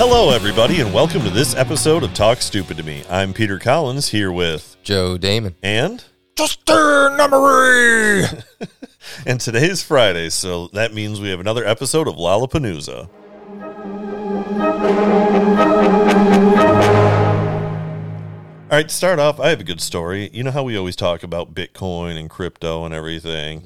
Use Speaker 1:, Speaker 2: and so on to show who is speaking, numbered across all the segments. Speaker 1: Hello, everybody, and welcome to this episode of Talk Stupid to Me. I'm Peter Collins here with
Speaker 2: Joe Damon.
Speaker 1: and
Speaker 2: Justin Emery.
Speaker 1: and today is Friday, so that means we have another episode of Lollapalooza. All right, to start off, I have a good story. You know how we always talk about Bitcoin and crypto and everything,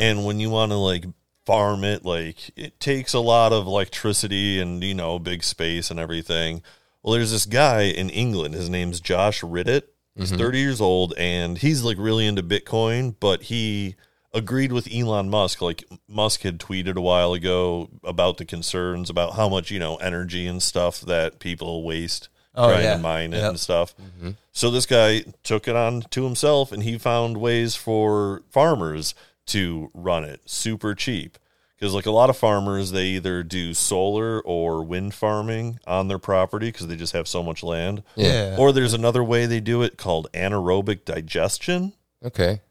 Speaker 1: and when you want to like farm it, like it takes a lot of electricity and you know big space and everything. Well, there's this guy in England. His name's Josh Riddett. He's
Speaker 2: Mm-hmm.
Speaker 1: 30 years old and he's like really into Bitcoin, but he agreed with Elon Musk. Like Musk had tweeted a while ago about the concerns about how much, you know, energy and stuff that people waste
Speaker 2: Oh,
Speaker 1: trying
Speaker 2: yeah.
Speaker 1: to mine it
Speaker 2: Yep. Mm-hmm.
Speaker 1: and stuff. So this guy took it on to himself and he found ways for farmers to run it super cheap. Because like a lot of farmers, they either do solar or wind farming on their property because they just have so much land.
Speaker 2: Yeah.
Speaker 1: Or there's another way they do it called anaerobic digestion.
Speaker 2: Okay.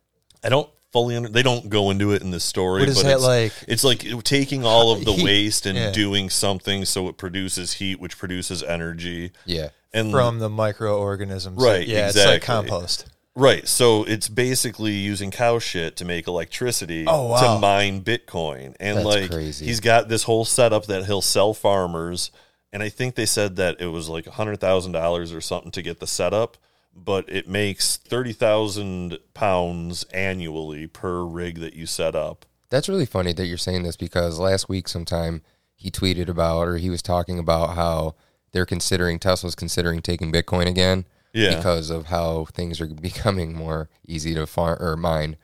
Speaker 1: I don't fully under. They don't go into it in this story.
Speaker 3: What is
Speaker 1: but
Speaker 3: that
Speaker 1: it's,
Speaker 3: like?
Speaker 1: It's like it- taking all of the
Speaker 3: Heat.
Speaker 1: waste and
Speaker 3: Yeah.
Speaker 1: doing something so it produces heat, which produces energy.
Speaker 2: Yeah.
Speaker 1: And
Speaker 3: from the microorganisms.
Speaker 1: Right,
Speaker 3: Yeah, it's like
Speaker 1: exactly.
Speaker 3: compost.
Speaker 1: right, so it's basically using cow shit to make electricity
Speaker 3: Oh, wow.
Speaker 1: to mine Bitcoin. And
Speaker 2: That's
Speaker 1: like
Speaker 2: crazy.
Speaker 1: he's got this whole setup that he'll sell farmers. And I think they said that it was like hundred thousand dollars or something to get the setup, but it makes thirty thousand pounds annually per rig that you set up.
Speaker 2: That's really funny that you're saying this because last week sometime he tweeted about or he was talking about how they're considering Tesla's considering taking Bitcoin again
Speaker 1: Yeah.
Speaker 2: because of how things are becoming more easy to farm or mine.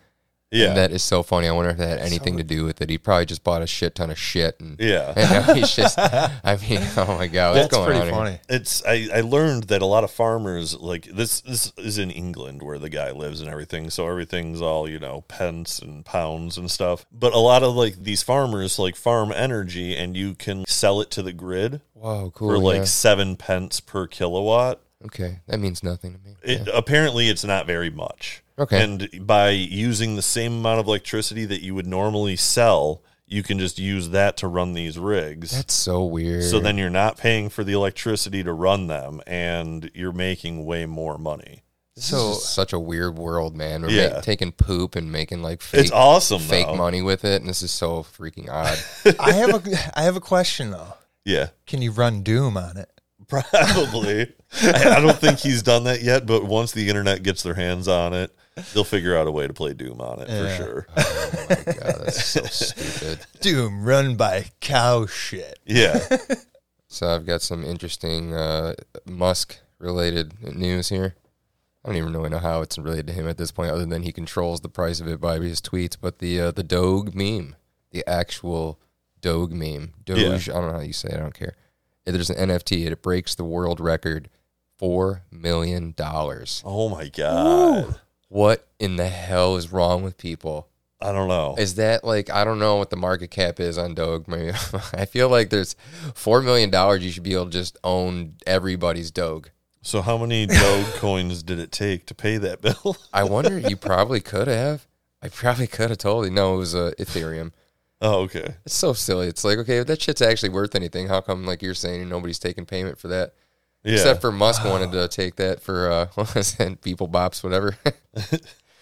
Speaker 1: Yeah.
Speaker 2: And that is so funny. I wonder if that had anything to do with it. He probably just bought a shit ton of shit and
Speaker 1: Yeah.
Speaker 2: And now he's just I mean, oh my god, what's
Speaker 3: That's
Speaker 2: going
Speaker 3: pretty
Speaker 2: on? here?
Speaker 3: funny.
Speaker 1: it's I, I learned that a lot of farmers like this this is in England where the guy lives and everything so everything's all you know pence and pounds and stuff but a lot of like these farmers like farm energy and you can sell it to the grid
Speaker 2: Whoa, cool.
Speaker 1: for like
Speaker 2: yeah.
Speaker 1: 7 pence per kilowatt
Speaker 2: Okay, that means nothing to me.
Speaker 1: it, apparently it's not very much
Speaker 2: Okay.
Speaker 1: and by using the same amount of electricity that you would normally sell you can just use that to run these rigs
Speaker 2: That's so weird.
Speaker 1: So then you're not paying for the electricity to run them and you're making way more money.
Speaker 2: this
Speaker 3: so-
Speaker 2: is just such a weird world, man. We're
Speaker 1: Yeah.
Speaker 2: ma- taking poop and making like fake,
Speaker 1: it's awesome
Speaker 2: fake
Speaker 1: though.
Speaker 2: money with it, and this is so freaking odd.
Speaker 3: I have a I have a question though.
Speaker 1: Yeah.
Speaker 3: Can you run Doom on it?
Speaker 1: Probably. I, I don't think he's done that yet, but once the internet gets their hands on it, they'll figure out a way to play Doom on it
Speaker 3: Yeah.
Speaker 1: for sure.
Speaker 2: oh my god, that's so stupid.
Speaker 3: Doom run by cow shit.
Speaker 1: Yeah.
Speaker 2: So I've got some interesting uh, Musk related news here. I don't even really know how it's related to him at this point, other than he controls the price of it by his tweets. But the uh, the Doge meme, the actual Doge meme, Doge. I don't know how you say it. I don't care. There's an NFT. It breaks the world record, four million dollars.
Speaker 1: Oh my God.
Speaker 2: What in the hell is wrong with people?
Speaker 1: I don't know.
Speaker 2: Is that like I don't know what the market cap is on Doge? Maybe I feel like there's four million dollars. You should be able to just own everybody's Doge.
Speaker 1: So how many Doge coins did it take to pay that bill?
Speaker 2: I wonder. you probably could have. I probably could have totally. No, it was uh, Ethereum.
Speaker 1: oh, okay.
Speaker 2: It's so silly. It's like okay, if that shit's actually worth anything, how come like you're saying nobody's taking payment for that?
Speaker 1: Yeah.
Speaker 2: Except for Musk wanted to take that for uh, what was it, people bops, whatever.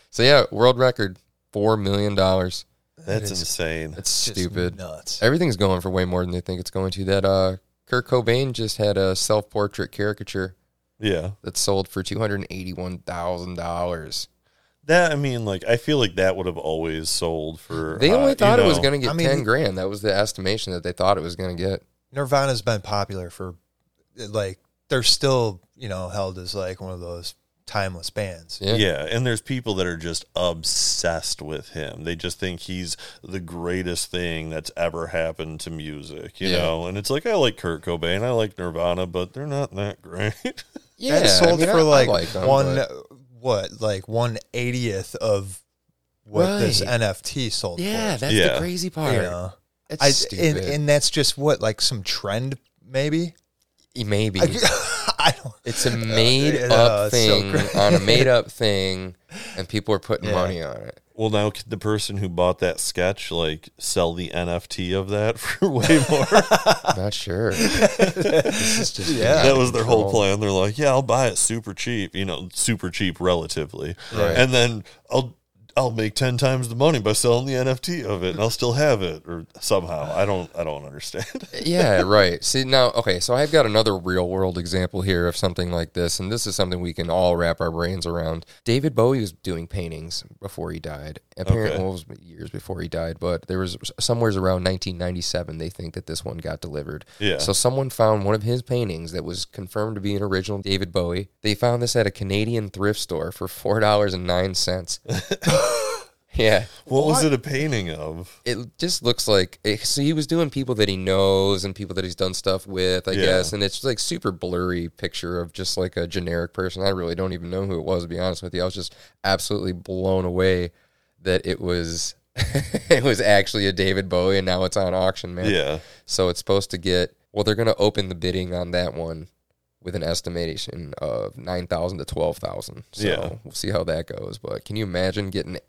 Speaker 2: so yeah, world record four million dollars.
Speaker 1: That's insane.
Speaker 2: That's
Speaker 3: Just
Speaker 2: stupid.
Speaker 3: nuts.
Speaker 2: Everything's going for way more than they think it's going to. That uh, Kurt Cobain just had a self-portrait caricature
Speaker 1: Yeah.
Speaker 2: that sold for two hundred eighty-one thousand dollars.
Speaker 1: That I mean, like, I feel like that would have always sold for
Speaker 2: They
Speaker 1: uh,
Speaker 2: only
Speaker 1: you
Speaker 2: thought it was
Speaker 1: know-
Speaker 2: going to get
Speaker 3: I mean-
Speaker 2: ten grand. That was the estimation that they thought it was going to get.
Speaker 3: Nirvana's been popular for like they're still, you know, held as like one of those timeless bands.
Speaker 2: Yeah.
Speaker 1: Yeah, and there's people that are just obsessed with him. They just think he's the greatest thing that's ever happened to music, you
Speaker 2: Yeah.
Speaker 1: know. And it's like I like Kurt Cobain, I like Nirvana, but they're not that great.
Speaker 2: Yeah,
Speaker 3: that
Speaker 2: I
Speaker 3: sold
Speaker 2: mean, I-
Speaker 3: for
Speaker 2: I
Speaker 3: like,
Speaker 2: them,
Speaker 3: one
Speaker 2: but-
Speaker 3: what, like one eightieth of what this
Speaker 2: Right.
Speaker 3: NFT sold
Speaker 2: Yeah,
Speaker 3: for.
Speaker 2: that's
Speaker 1: Yeah.
Speaker 2: the crazy
Speaker 3: you
Speaker 2: part.
Speaker 3: know?
Speaker 2: It's
Speaker 3: I,
Speaker 2: stupid.
Speaker 3: and, and that's just what like some trend maybe
Speaker 2: Maybe
Speaker 3: I, Oh, I don't
Speaker 2: it's a made
Speaker 3: yeah,
Speaker 2: up
Speaker 3: Oh, it's so
Speaker 2: thing
Speaker 3: great.
Speaker 2: on a made up thing, and people are putting
Speaker 3: Yeah.
Speaker 2: money on it.
Speaker 1: Well, now could the person who bought that sketch like sell the NFT of that for way more?
Speaker 2: Not sure. this is just getting
Speaker 3: Yeah.
Speaker 2: out
Speaker 1: that
Speaker 2: of
Speaker 1: was their whole
Speaker 2: control.
Speaker 1: plan. They're like, yeah, I'll buy it super cheap, you know, super cheap relatively,
Speaker 2: Right.
Speaker 1: and then I'll I'll make ten times the money by selling the NFT of it, and I'll still have it, or somehow I don't I don't understand.
Speaker 2: yeah, right. See, now, okay, so I've got another real world example here of something like this, and this is something we can all wrap our brains around. David Bowie was doing paintings before he died. Apparently,
Speaker 1: Okay.
Speaker 2: well, it was years before he died, but there was somewhere's around 1997, they think that this one got delivered.
Speaker 1: Yeah.
Speaker 2: So someone found one of his paintings that was confirmed to be an original David Bowie. They found this at a Canadian thrift store for $4.09. yeah.
Speaker 1: what was it a painting of?
Speaker 2: it just looks like it, so he was doing people that he knows and people that he's done stuff with i
Speaker 1: Yeah.
Speaker 2: guess and it's like super blurry picture of just like a generic person i really don't even know who it was to be honest with you i was just absolutely blown away that it was it was actually a david bowie and now it's on auction man
Speaker 1: Yeah.
Speaker 2: so it's supposed to get well they're going to open the bidding on that one with an estimation of 9000 to 12000 so
Speaker 1: Yeah.
Speaker 2: we'll see how that goes but can you imagine getting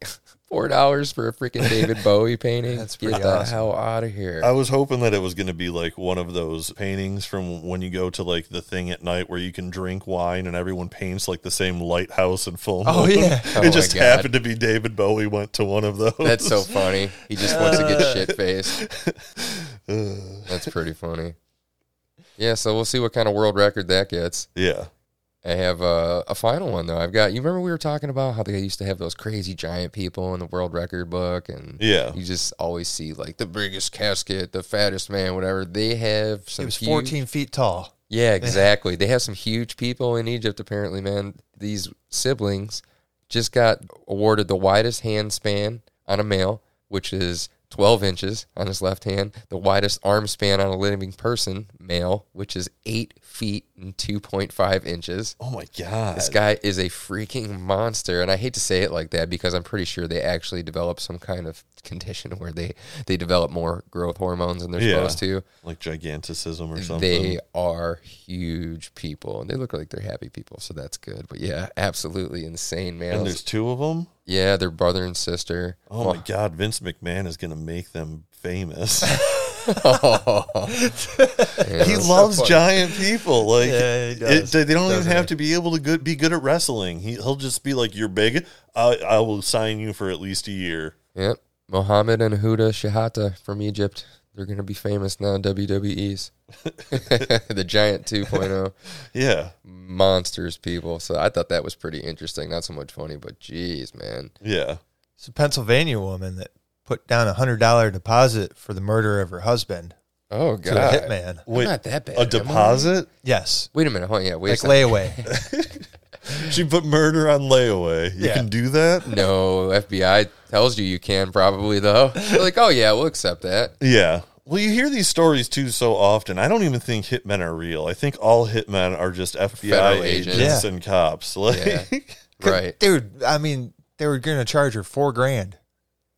Speaker 2: four dollars for a freaking david bowie painting
Speaker 3: That's
Speaker 2: get
Speaker 3: pretty
Speaker 2: the
Speaker 3: awesome.
Speaker 2: hell out of here
Speaker 1: I was hoping that it was going to be like one of those paintings from when you go to like the thing at night where you can drink wine and everyone paints like the same lighthouse and full.
Speaker 3: Oh,
Speaker 1: moon.
Speaker 3: yeah.
Speaker 1: it
Speaker 2: Oh, my
Speaker 1: just
Speaker 2: God.
Speaker 1: happened to be David Bowie went to one of those.
Speaker 2: that's so funny he just wants to get shit faced that's pretty funny yeah so we'll see what kind of world record that gets
Speaker 1: yeah.
Speaker 2: I have uh, a final one though. I've got. You remember we were talking about how they used to have those crazy giant people in the world record book, and
Speaker 1: Yeah.
Speaker 2: you just always see like the biggest casket, the fattest man, whatever. They have some.
Speaker 3: He was
Speaker 2: huge-
Speaker 3: 14 feet tall.
Speaker 2: Yeah, exactly. they have some huge people in Egypt. Apparently, man, these siblings just got awarded the widest hand span on a male, which is. 12 inches on his left hand, the widest arm span on a living person, male, which is 8 feet and 2.5 inches.
Speaker 1: Oh my god.
Speaker 2: This guy is a freaking monster, and I hate to say it like that because I'm pretty sure they actually develop some kind of condition where they they develop more growth hormones than they're
Speaker 1: Yeah.
Speaker 2: supposed to.
Speaker 1: like giganticism or something.
Speaker 2: They are huge people, and they look like they're happy people, so that's good. But yeah, absolutely insane, man.
Speaker 1: and there's two of them.
Speaker 2: yeah, they're brother and sister.
Speaker 1: Oh my god, Vince McMahon is going to make them famous.
Speaker 2: Yeah.
Speaker 1: he loves giant people. Like
Speaker 3: Yeah, he
Speaker 1: it-
Speaker 3: does.
Speaker 1: they they don't even
Speaker 3: Doesn't
Speaker 1: have to be able to good, be good at wrestling. He, he'll just be like, "You're big. I, I will sign you for at least a year."
Speaker 2: Yep, Mohammed and Huda Shahata from Egypt. They're gonna be famous now. in WWE's the Giant oh. 2.0.
Speaker 1: Yeah,
Speaker 2: monsters people so i thought that was pretty interesting not so much funny but geez man
Speaker 1: yeah.
Speaker 3: It's a Pennsylvania woman that put down a $100 deposit for the murder of her husband
Speaker 2: oh
Speaker 3: to
Speaker 2: god
Speaker 3: a hitman.
Speaker 2: I'm
Speaker 1: Wait,
Speaker 2: not that bad
Speaker 1: a
Speaker 2: am I?
Speaker 1: deposit?
Speaker 3: Yes.
Speaker 2: wait a minute hold on yeah wait
Speaker 3: Like
Speaker 2: a second.
Speaker 3: layaway.
Speaker 1: She put murder on layaway. You
Speaker 3: Yeah.
Speaker 1: can do that.
Speaker 2: no fbi tells you you can probably though They're like oh yeah we'll accept that
Speaker 1: Yeah. Well, you hear these stories too so often. I don't even think hitmen are real. I think all hitmen are just FBI
Speaker 2: Federal
Speaker 1: agents,
Speaker 2: agents.
Speaker 3: Yeah.
Speaker 1: and cops. Like,
Speaker 2: Yeah.
Speaker 1: yeah.
Speaker 2: right
Speaker 3: Dude, I mean, they were going to charge her four grand.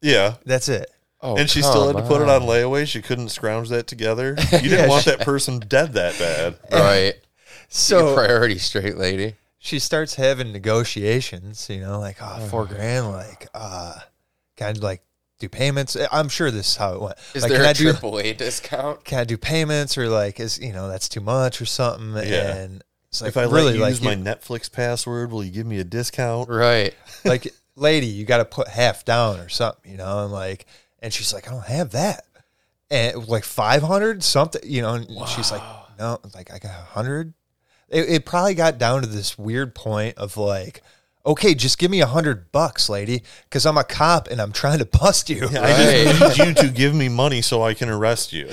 Speaker 3: That's it.
Speaker 2: oh
Speaker 1: and she still had
Speaker 2: come
Speaker 1: to put it on layaway. She couldn't scrounge that together. You didn't
Speaker 3: Yeah,
Speaker 1: want
Speaker 3: she-
Speaker 1: that person dead that bad.
Speaker 2: right Your
Speaker 3: So
Speaker 2: priority straight lady
Speaker 3: she starts having negotiations, you know, like, oh, four
Speaker 2: Uh-huh.
Speaker 3: grand, like, uh, kind of like do payments. I'm sure this is how it went.
Speaker 2: is
Speaker 3: like,
Speaker 2: there
Speaker 3: can I
Speaker 2: a
Speaker 3: do
Speaker 2: triple a discount
Speaker 3: can I do payments or like is you know that's too much or something?
Speaker 1: Yeah.
Speaker 3: And it's like
Speaker 1: if I
Speaker 3: really
Speaker 1: let you
Speaker 3: like
Speaker 1: use my Netflix password, will you give me a discount?
Speaker 2: right
Speaker 3: you- like lady, you got to put half down or something, you know? And like, and she's like, I don't have that, and it was like five hundred something, you know? And she's like, No, like I got a hundred. It, it probably got down to this weird point of like. Okay, just give me a hundred bucks, lady, because I'm a cop and I'm trying to bust you.
Speaker 1: I
Speaker 2: Right.
Speaker 1: just need you to give me money so I can arrest you.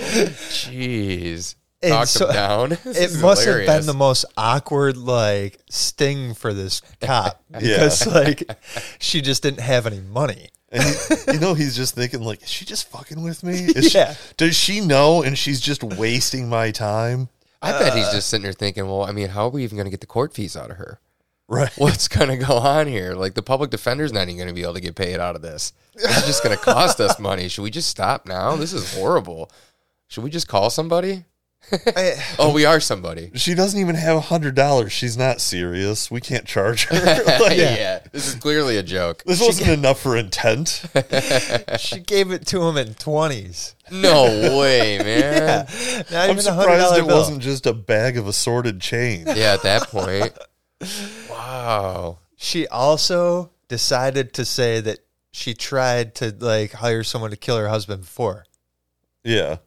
Speaker 2: jeez
Speaker 3: And
Speaker 2: knocked
Speaker 3: so-
Speaker 2: him down
Speaker 3: it must have been the most awkward like sting for this cop because like she just didn't have any money.
Speaker 1: And he- you know, he's just thinking, like, is she just fucking with me? Is she-
Speaker 3: Yeah.
Speaker 1: does she know and she's just wasting my time?
Speaker 2: i bet
Speaker 3: Uh.
Speaker 2: he's just sitting there thinking well i mean how are we even going to get the court fees out of her
Speaker 1: Right.
Speaker 2: what's going to go on here? Like the public defender's not even going to be able to get paid out of this. This is just going to cost us money. Should we just stop now? This is horrible. Should we just call somebody?
Speaker 3: I,
Speaker 2: Oh, we are somebody.
Speaker 1: She doesn't even have a hundred dollars. She's not serious. We can't charge her. Like,
Speaker 2: yeah. this is clearly a joke.
Speaker 1: This wasn't enough for intent.
Speaker 3: she gave it to him in twenties.
Speaker 2: No way, man.
Speaker 3: Yeah, not
Speaker 1: I'm
Speaker 3: even a hundred
Speaker 1: surprised
Speaker 3: dollar
Speaker 1: it
Speaker 3: bill.
Speaker 1: wasn't just a bag of assorted change.
Speaker 2: Yeah. at that point. Wow.
Speaker 3: She also decided to say that she tried to like hire someone to kill her husband before,
Speaker 1: Yeah.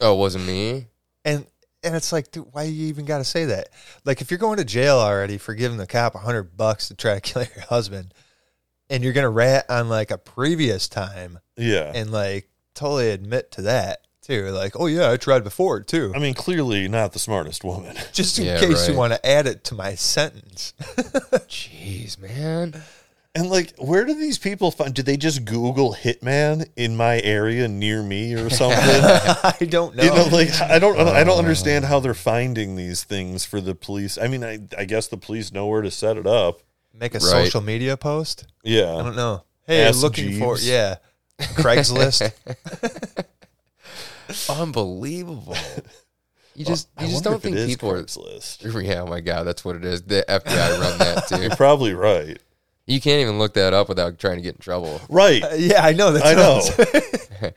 Speaker 2: Oh, it wasn't me.
Speaker 3: and and it's like, dude, why you even got to say that? Like, if you're going to jail already for giving the cop a hundred bucks to try to kill your husband, and you're gonna rat on like a previous time,
Speaker 1: Yeah.
Speaker 3: and like totally admit to that too, like, oh yeah, I tried before too.
Speaker 1: I mean, clearly not the smartest woman.
Speaker 3: just in
Speaker 2: Yeah,
Speaker 3: case you
Speaker 2: right.
Speaker 3: want to add it to my sentence.
Speaker 2: Jeez, man.
Speaker 1: And like, where do these people find? Did they just Google hitman in my area near me or something?
Speaker 3: I don't know.
Speaker 1: You know, like I don't, I don't understand
Speaker 3: Uh.
Speaker 1: how they're finding these things for the police. I mean, I, I guess the police know where to set it up.
Speaker 3: Make a
Speaker 2: Right.
Speaker 3: social media post. I
Speaker 1: Yeah,
Speaker 3: don't know. Hey,
Speaker 1: Ask
Speaker 3: looking for
Speaker 1: Jeeves.
Speaker 3: yeah, Craigslist.
Speaker 2: Unbelievable. You just
Speaker 1: I
Speaker 2: you just
Speaker 1: wonder
Speaker 2: don't
Speaker 1: if it
Speaker 2: think
Speaker 1: is
Speaker 2: people are
Speaker 1: Craigslist.
Speaker 2: Yeah, oh my god, that's what it is. The FBI run that too.
Speaker 1: You're probably right.
Speaker 2: You can't even look that up without trying to get in trouble.
Speaker 1: Right.
Speaker 3: Uh, yeah, I know. That's
Speaker 1: I
Speaker 3: what
Speaker 1: know.
Speaker 3: was-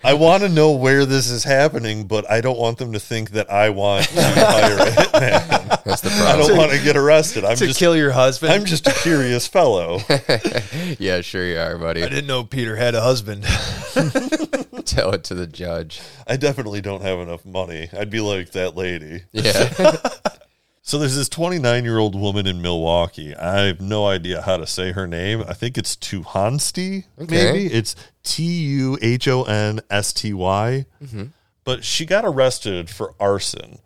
Speaker 1: I want to know where this is happening, but I don't want them to think that I want to hire a hitman.
Speaker 2: That's the
Speaker 1: I don't
Speaker 2: problem.
Speaker 1: want to get arrested. I'm
Speaker 3: to
Speaker 1: just,
Speaker 3: kill your husband.
Speaker 1: I'm just a curious fellow.
Speaker 2: yeah, sure you are, buddy.
Speaker 3: I didn't know Peter had a husband.
Speaker 2: Tell it to the judge.
Speaker 1: I definitely don't have enough money. I'd be like that lady.
Speaker 2: Yeah.
Speaker 1: So there's this 29 year old woman in Milwaukee. I have no idea how to say her name. I think it's Tuhansty, maybe. It's T U H O N S T Y. But she got arrested for arson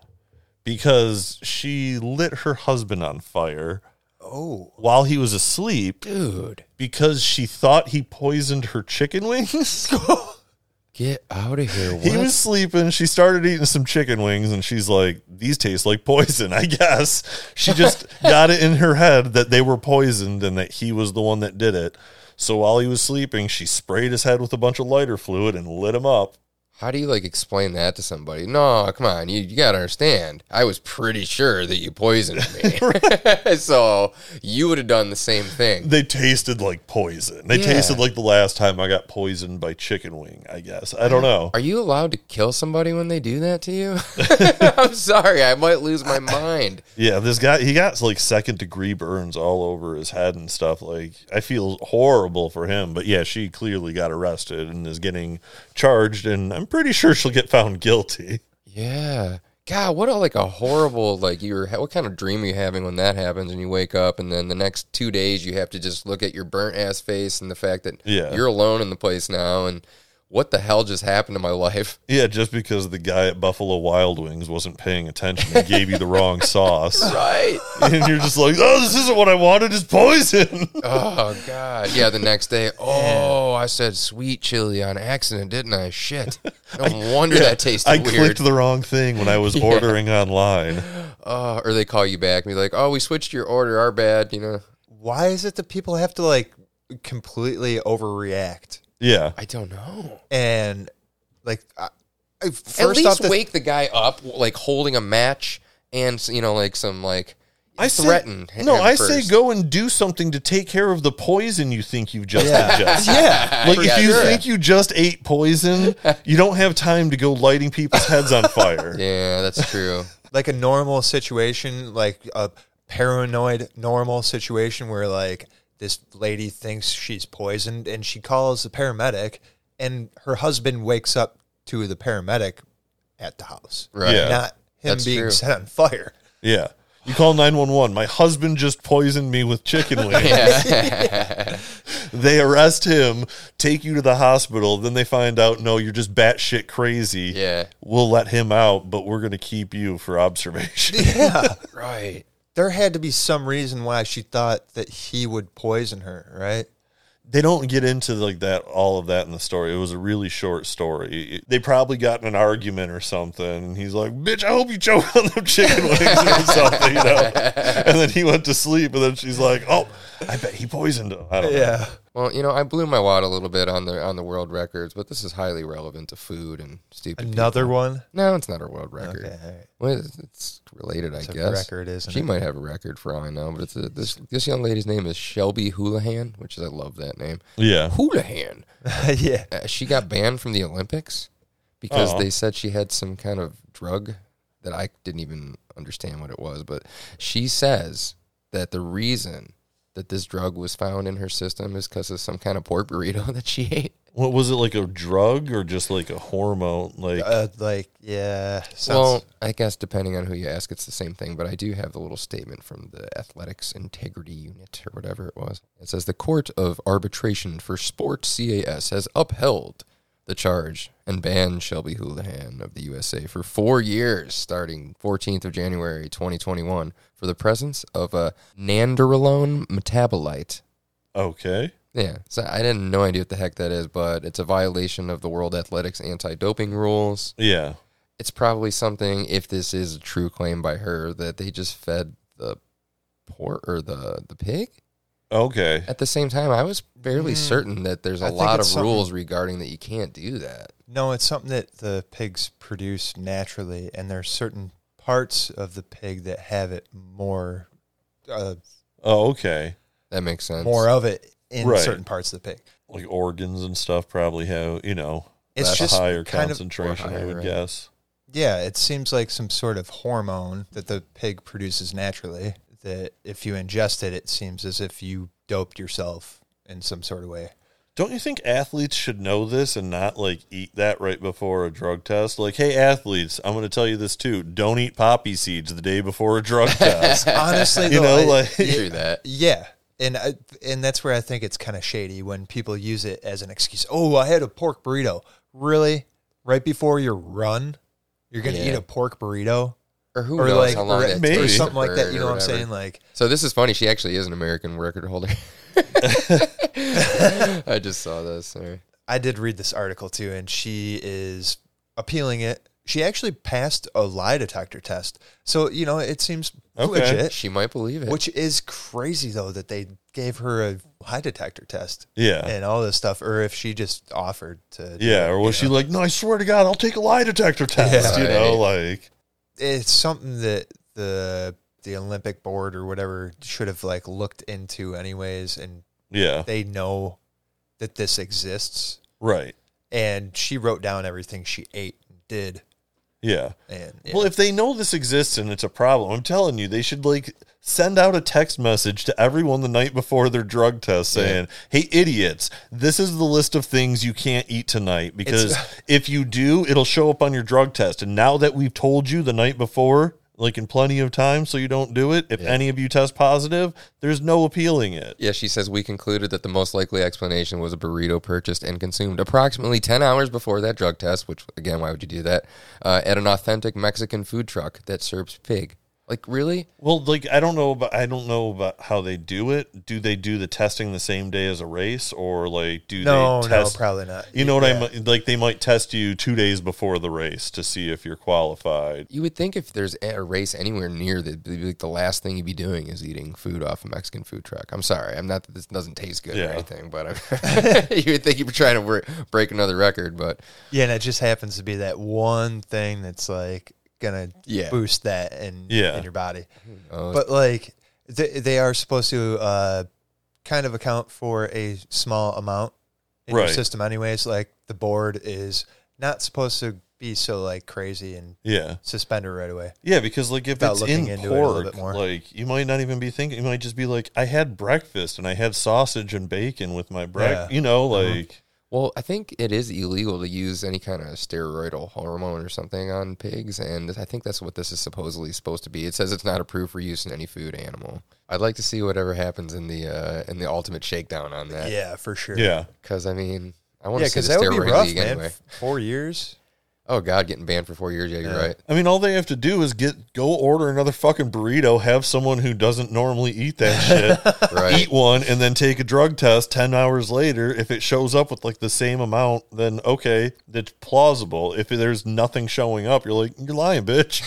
Speaker 1: because she lit her husband on fire
Speaker 3: oh,
Speaker 1: while he was asleep
Speaker 2: Dude,
Speaker 1: because she thought he poisoned her chicken wings.
Speaker 2: get out of here. What?
Speaker 1: He was sleeping. She started eating some chicken wings, and she's like, "These taste like poison." I guess she just got it in her head that they were poisoned and that he was the one that did it. So while he was sleeping, she sprayed his head with a bunch of lighter fluid and lit him up.
Speaker 2: How do you like explain that to somebody? No, come on, you, you gotta understand. I was pretty sure that you poisoned me. so you would have done the same thing.
Speaker 1: They tasted like poison. They
Speaker 2: Yeah.
Speaker 1: tasted like the last time I got poisoned by chicken wing. I guess I don't know.
Speaker 2: Are you allowed to kill somebody when they do that to you? I'm sorry, I might lose my mind.
Speaker 1: Yeah, this guy he got like second degree burns all over his head and stuff. Like I feel horrible for him, but yeah, she clearly got arrested and is getting charged and I'm pretty sure she'll get found guilty.
Speaker 2: Yeah. God, what a like a horrible like you're what kind of dream are you having when that happens and you wake up and then the next two days you have to just look at your burnt ass face and the fact that
Speaker 1: Yeah.
Speaker 2: you're alone in the place now and what the hell just happened to my life?
Speaker 1: Yeah, just because the guy at Buffalo Wild Wings wasn't paying attention and gave you the wrong sauce.
Speaker 2: Right.
Speaker 1: And you're just like, "Oh, this isn't what I wanted. It's poison."
Speaker 2: oh God. Yeah, the next day, oh, I said sweet chili on accident, didn't I? Shit. No wonder that tasted
Speaker 1: I
Speaker 2: weird.
Speaker 1: clicked the wrong thing when I was ordering online.
Speaker 2: Oh, or they call you back and be like, "Oh, we switched your order. Our bad." You know,
Speaker 3: why is it that people have to like completely overreact
Speaker 1: Yeah.
Speaker 2: I don't know.
Speaker 3: and like? I, I- first
Speaker 2: At least
Speaker 3: off, the-
Speaker 2: wake the guy up, like holding a match and you know, like some like
Speaker 1: I say-
Speaker 2: threaten. him
Speaker 1: No, I say
Speaker 2: first.
Speaker 1: go and do something to take care of the poison you think you've just
Speaker 3: Yeah.
Speaker 1: ingested.
Speaker 3: yeah,
Speaker 1: Like
Speaker 2: For
Speaker 1: if you
Speaker 2: sure.
Speaker 1: think you just ate poison, you don't have time to go lighting people's heads on fire.
Speaker 2: Yeah, that's true.
Speaker 3: like a normal situation, like a paranoid normal situation where like this lady thinks she's poisoned and she calls the paramedic and her husband wakes up to the paramedic at the house.
Speaker 2: Right.
Speaker 1: Yeah.
Speaker 3: Not him
Speaker 2: That's
Speaker 3: being
Speaker 2: true.
Speaker 3: set on fire.
Speaker 1: Yeah. You call 911. My husband just poisoned me with chicken wings. They arrest him, take you to the hospital. Then they find out, no, you're just batshit crazy.
Speaker 2: Yeah.
Speaker 1: We'll let him out, but we're going to keep you for observation.
Speaker 3: Yeah.
Speaker 2: Right.
Speaker 3: there had to be some reason why she thought that he would poison her, right?
Speaker 1: they don't get into like that all of that in the story. It was a really short story. They probably got in an argument or something, and he's like, "Bitch, I hope you choke on them chicken wings or something," you know. And then he went to sleep, and then she's like, "Oh, I bet he poisoned him." I don't know.
Speaker 3: Yeah.
Speaker 2: Well, you know, I blew my wad a little bit on the on the world records, but this is highly relevant to food and stupid.
Speaker 3: Another
Speaker 2: people.
Speaker 3: one.
Speaker 2: No, it's not a world record.
Speaker 3: Okay, all right.
Speaker 2: Well, it's, it's related, I
Speaker 3: It's a
Speaker 2: guess.
Speaker 3: record, isn't
Speaker 2: She
Speaker 3: it?
Speaker 2: might have a record for all I know, but it's a, this this young lady's name is Shelby Houlihan, which is I love that name.
Speaker 1: Yeah.
Speaker 2: Houlihan.
Speaker 3: yeah.
Speaker 2: Uh, she got banned from the Olympics because
Speaker 1: Aw.
Speaker 2: they said she had some kind of drug that I didn't even understand what it was. But she says that the reason that this drug was found in her system is because of some kind of pork burrito that she ate.
Speaker 1: What was it like a drug or just like a hormone? Like
Speaker 3: Uh, like yeah. Sounds,
Speaker 2: Well, I guess depending on who you ask, it's the same thing. But I do have the little statement from the Athletics Integrity Unit or whatever it was. It says the Court of Arbitration for Sport CAS has upheld the charge and banned Shelby Houlihan of the USA for four years, starting 14th of January 2021, for the presence of a nandrolone metabolite
Speaker 1: okay.
Speaker 2: yeah, so I didn't no idea what the heck that is, but it's a violation of the World Athletics anti-doping rules.
Speaker 1: Yeah.
Speaker 2: It's probably something, if this is a true claim by her, that they just fed the pork or the the pig.
Speaker 1: Okay.
Speaker 2: At the same time, I was fairly
Speaker 3: Mm.
Speaker 2: certain that there's a
Speaker 3: I think
Speaker 2: lot of
Speaker 3: it's something-
Speaker 2: rules regarding that you can't do that.
Speaker 3: no, it's something that the pigs produce naturally, and there's certain parts of the pig that have it more, uh,
Speaker 1: Oh, okay.
Speaker 2: That makes sense.
Speaker 3: more of it in
Speaker 1: Right.
Speaker 3: certain parts of the pig.
Speaker 1: Like organs and stuff probably have you know
Speaker 3: It's
Speaker 2: That's
Speaker 1: a
Speaker 3: just
Speaker 1: higher
Speaker 3: kind of
Speaker 1: concentration. I
Speaker 2: higher,
Speaker 1: would
Speaker 2: right.
Speaker 1: guess.
Speaker 3: Yeah, it seems like some sort of hormone that the pig produces naturally. That if you ingest it, it seems as if you doped yourself in some sort of way.
Speaker 1: Don't you think athletes should know this and not like eat that right before a drug test? Like, hey, athletes, I'm going to tell you this too. Don't eat poppy seeds the day before a drug test.
Speaker 3: Honestly,
Speaker 1: you
Speaker 3: though,
Speaker 1: know,
Speaker 3: I-
Speaker 1: like,
Speaker 2: do that.
Speaker 3: yeah, and I, and that's where I think it's kind of shady when people use it as an excuse. Oh, I had a pork burrito. Really? Right before your run, you're gonna
Speaker 2: Yeah.
Speaker 3: eat a pork burrito
Speaker 2: Or who
Speaker 3: or
Speaker 2: knows
Speaker 3: like
Speaker 2: how long
Speaker 3: or,
Speaker 2: that
Speaker 3: or
Speaker 1: maybe.
Speaker 2: takes to
Speaker 3: something like that.
Speaker 2: burn
Speaker 3: You
Speaker 2: or
Speaker 3: know what I'm
Speaker 2: whatever.
Speaker 3: saying? Like,
Speaker 2: So this is funny. She actually is an American record holder. I just saw this. Sorry.
Speaker 3: I did read this article too, and she is appealing it. She actually passed a lie detector test, so you know it seems
Speaker 1: Okay.
Speaker 3: legit.
Speaker 2: She might believe it.
Speaker 3: Which is crazy though that they gave her a lie detector test
Speaker 1: yeah.
Speaker 3: and all this stuff, or if she just offered to. do
Speaker 1: Yeah. Or was she like, no, I swear to God, I'll take a lie detector test?
Speaker 2: Yeah.
Speaker 1: You know, like,
Speaker 3: it. It's something that the the Olympic board or whatever should have like looked into anyways, and
Speaker 1: yeah.
Speaker 3: they know that this exists.
Speaker 1: Right.
Speaker 3: And she wrote down everything she ate and did,
Speaker 1: Yeah.
Speaker 3: and yeah.
Speaker 1: Well, if they know this exists and it's a problem, I'm telling you, they should like send out a text message to everyone the night before their drug test saying, "Hey idiots, this is the list of things you can't eat tonight because if you do, it'll show up on your drug test." And now that we've told you the night before, like in plenty of time so you don't do it, if any of you test positive, there's no appealing it.
Speaker 2: Yeah, she says we concluded that the most likely explanation was a burrito purchased and consumed approximately 10 hours before that drug test, which, again, why would you do that? Uh, at an authentic Mexican food truck that serves pig. Like, really?
Speaker 1: Well, like I don't know about I don't know about how they do it. Do they do the testing the same day as a race or like do
Speaker 3: no,
Speaker 1: they
Speaker 3: no,
Speaker 1: test
Speaker 3: probably not.
Speaker 1: You know what I mean? Like they might test you two days before the race to see if you're qualified.
Speaker 2: You would think if there's a race anywhere near that, it'd be like the last thing you'd be doing is eating food off a Mexican food truck. I'm sorry. I'm not that this doesn't taste good or
Speaker 1: Yeah.
Speaker 2: anything, but I'm, you would think you'd be trying to wor- break another record, but
Speaker 3: Yeah, and it just happens to be that one thing that's like gonna
Speaker 2: Yeah.
Speaker 3: boost that in
Speaker 1: Yeah.
Speaker 3: in your body.
Speaker 2: oh,
Speaker 3: But like they, they are supposed to uh, kind of account for a small amount in your
Speaker 1: Right.
Speaker 3: system, anyways. Like the board is not supposed to be so like crazy and
Speaker 1: Yeah.
Speaker 3: suspend her right away.
Speaker 1: Yeah, because like if
Speaker 3: Without
Speaker 1: it's
Speaker 3: looking
Speaker 1: in
Speaker 3: into it a little
Speaker 1: pork,
Speaker 3: bit more.
Speaker 1: like you might not even be thinking. You might just be like, I had breakfast and I had sausage and bacon with my breakfast.
Speaker 3: Yeah. Uh-huh.
Speaker 1: You know, like
Speaker 2: Well, I think it is illegal to use any kind of steroidal hormone or something on pigs, and I think that's what this is supposedly supposed to be. It says it's not approved for use in any food animal. I'd like to see whatever happens in the uh, in the ultimate shakedown on that.
Speaker 3: Yeah, for sure.
Speaker 1: yeah,
Speaker 2: because I mean, I want
Speaker 3: yeah,
Speaker 2: to see
Speaker 3: because
Speaker 2: the
Speaker 3: that would be
Speaker 2: steroid
Speaker 3: rough,
Speaker 2: league
Speaker 3: man.
Speaker 2: anyway.
Speaker 3: F- Four years.
Speaker 2: Oh God, getting banned for four years. Yeah, you're
Speaker 3: Yeah.
Speaker 2: right.
Speaker 1: I mean, all they have to do is get go order another fucking burrito, have someone who doesn't normally eat that shit
Speaker 2: Right.
Speaker 1: eat one, and then take a drug test ten hours later. If it shows up with like the same amount, then okay, that's plausible. If there's nothing showing up, you're like, you're lying, bitch.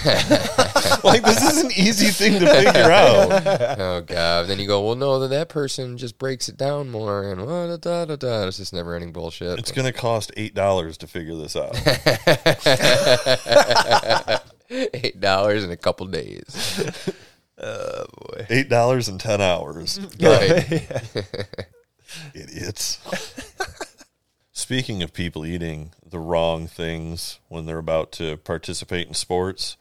Speaker 1: like this is an easy thing to figure out.
Speaker 2: oh God. Then you go, well, no, then that person just breaks it down more, and blah, da, da, da, da. It's just never ending bullshit.
Speaker 1: It's gonna cost eight dollars to figure this out.
Speaker 2: Eight dollars in a couple days.
Speaker 1: Eight dollars and ten hours.
Speaker 2: Right.
Speaker 1: Idiots. Speaking of people eating the wrong things when they're about to participate in sports,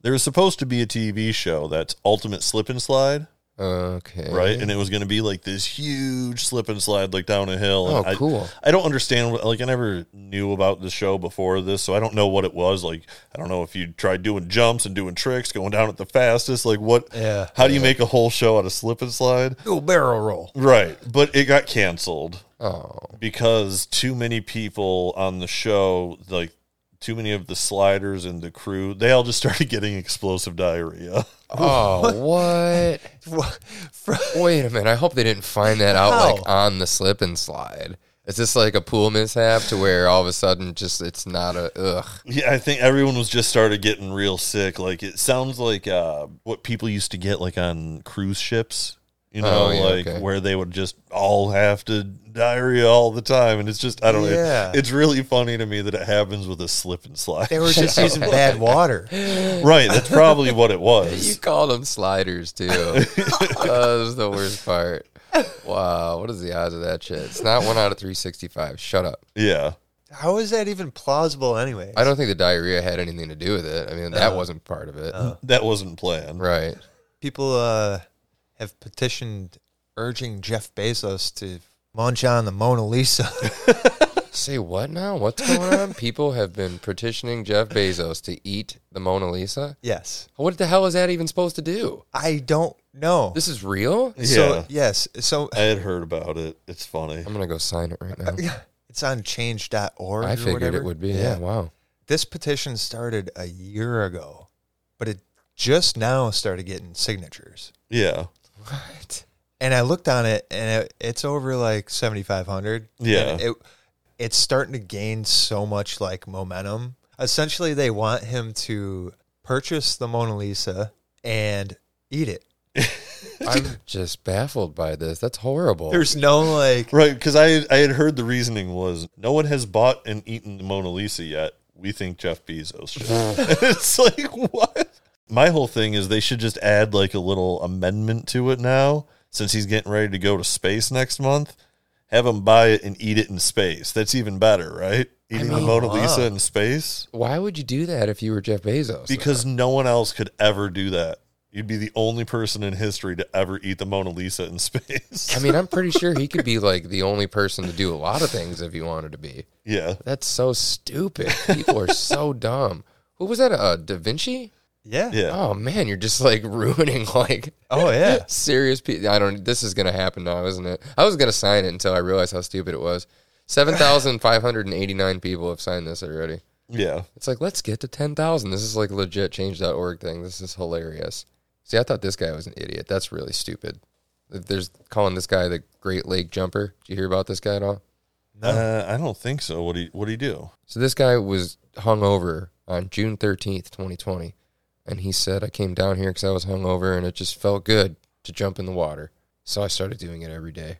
Speaker 1: there is supposed to be a TV show that's Ultimate Slip and Slide,
Speaker 2: okay.
Speaker 1: right? And it was going to be like this huge slip and slide, like down a hill.
Speaker 2: Oh,
Speaker 1: And I,
Speaker 2: cool.
Speaker 1: I don't understand what, like, I never knew about the show before this, so I don't know what it was. Like, I don't know if you tried doing jumps and doing tricks, going down at the fastest. Like, what?
Speaker 3: Yeah.
Speaker 1: How do you make a whole show out of slip and slide?
Speaker 3: Do a barrel roll.
Speaker 1: Right. But it got canceled
Speaker 2: Oh.
Speaker 1: because too many people on the show, like too many of the sliders and the crew, they all just started getting explosive diarrhea.
Speaker 2: Oh, what?
Speaker 3: Fr-
Speaker 2: Wait a minute. I hope they didn't find that out like
Speaker 3: How?
Speaker 2: on the slip and slide. Is this like a pool mishap to where all of a sudden just it's not a ugh?
Speaker 1: Yeah, I think everyone was just started getting real sick. Like it sounds like uh, what people used to get like on cruise ships, you know,
Speaker 2: Oh, yeah,
Speaker 1: like
Speaker 2: okay.
Speaker 1: where they would just all have to diarrhea all the time, and it's just I don't know.
Speaker 3: Yeah.
Speaker 1: It's really funny to me that it happens with a slip and slide.
Speaker 3: They were just using bad water.
Speaker 1: right, that's probably what it was.
Speaker 2: You called them sliders too. Oh, that was the worst part. Wow, what is the odds of that shit? It's not one out of three sixty-five. Shut up.
Speaker 1: Yeah.
Speaker 3: How is that even plausible anyway?
Speaker 2: I don't think the diarrhea had anything to do with it. I mean, that wasn't part of it,
Speaker 1: That wasn't planned.
Speaker 2: right?
Speaker 3: People uh, have petitioned urging Jeff Bezos to munch on the Mona Lisa.
Speaker 2: Say what now? What's going on? People have been petitioning Jeff Bezos to eat the Mona Lisa.
Speaker 3: yes.
Speaker 2: What the hell is that even supposed to do?
Speaker 3: I don't know.
Speaker 2: This is real.
Speaker 3: So
Speaker 1: yeah.
Speaker 3: yes, so
Speaker 1: I had heard about it. It's funny.
Speaker 2: I'm gonna go sign it right now.
Speaker 3: it's on change.org.
Speaker 2: I
Speaker 3: or
Speaker 2: figured
Speaker 3: whatever.
Speaker 2: it would be. Yeah. Wow.
Speaker 3: This petition started a year ago, but it just now started getting signatures.
Speaker 1: Yeah.
Speaker 2: What?
Speaker 3: And I looked on it, and it, it's over like seventy five hundred.
Speaker 1: Yeah.
Speaker 3: And it it's starting to gain so much like momentum. Essentially, they want him to purchase the Mona Lisa and eat it.
Speaker 2: I'm just baffled by this. That's horrible.
Speaker 3: There's no like
Speaker 1: Right, because I I had heard the reasoning was no one has bought and eaten the Mona Lisa yet. We think Jeff Bezos should. it's like what? My whole thing is they should just add like a little amendment to it now, since he's getting ready to go to space next month. Have him buy it and eat it in space. That's even better, right? Eating the Mona Lisa in space
Speaker 2: Why would you do that if you were Jeff Bezos?
Speaker 1: because no one else could ever do that. You'd be the only person in history to ever eat the Mona Lisa in space.
Speaker 2: I mean, I'm pretty sure he could be like the only person to do a lot of things if he wanted to be.
Speaker 1: yeah.
Speaker 2: That's so stupid. People are so dumb. Who was that? Uh, da Vinci?
Speaker 3: yeah
Speaker 1: Yeah.
Speaker 2: Oh man, you're just like ruining like
Speaker 3: oh yeah
Speaker 2: serious people. I don't. This is gonna happen now, isn't it? I was gonna sign it until I realized how stupid it was. Seven thousand five hundred and eighty-nine people have signed this already.
Speaker 1: Yeah.
Speaker 2: It's like let's get to ten thousand. This is like a legit change.org thing. This is hilarious. See, I thought this guy was an idiot. That's really stupid. There's calling this guy the Great Lake Jumper. Did you hear about this guy at all?
Speaker 1: Uh, I don't think so. What do you, what do you do?
Speaker 2: So this guy was hungover on June 13th, 2020, and he said, "I came down here because I was hungover, and it just felt good to jump in the water. So I started doing it every day,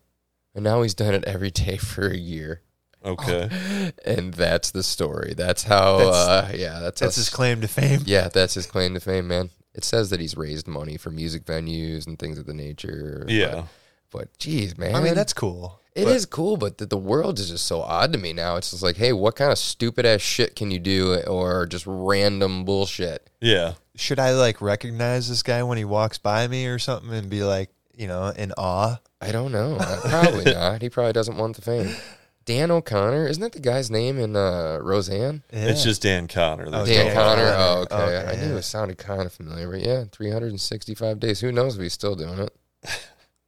Speaker 2: and now he's done it every day for a year.
Speaker 1: Okay.
Speaker 2: Oh, And that's the story. That's how. uh, yeah, that's
Speaker 3: that's
Speaker 2: how,
Speaker 3: his claim to fame.
Speaker 2: yeah, that's his claim to fame, man. It says that he's raised money for music venues and things of the nature.
Speaker 1: Yeah.
Speaker 2: but, but geez, man,
Speaker 3: I mean that's cool.
Speaker 2: it is cool, but the, the world is just so odd to me now. It's just like, hey, what kind of stupid ass shit can you do, or just random bullshit?
Speaker 1: Yeah.
Speaker 3: Should I like recognize this guy when he walks by me or something and be like you know in awe?
Speaker 2: I don't know. Uh, probably not. He probably doesn't want the fame. Dan O'Connor, isn't that the guy's name in uh, Roseanne?
Speaker 3: Yeah.
Speaker 1: It's just Dan Connor. That's
Speaker 2: Dan
Speaker 1: all.
Speaker 3: Dan
Speaker 2: Connor.
Speaker 3: O'Connor.
Speaker 2: Oh, okay.
Speaker 3: Okay,
Speaker 2: I knew
Speaker 3: yeah.
Speaker 2: it sounded kind of familiar, but yeah, 365 days. Who knows if he's still doing it?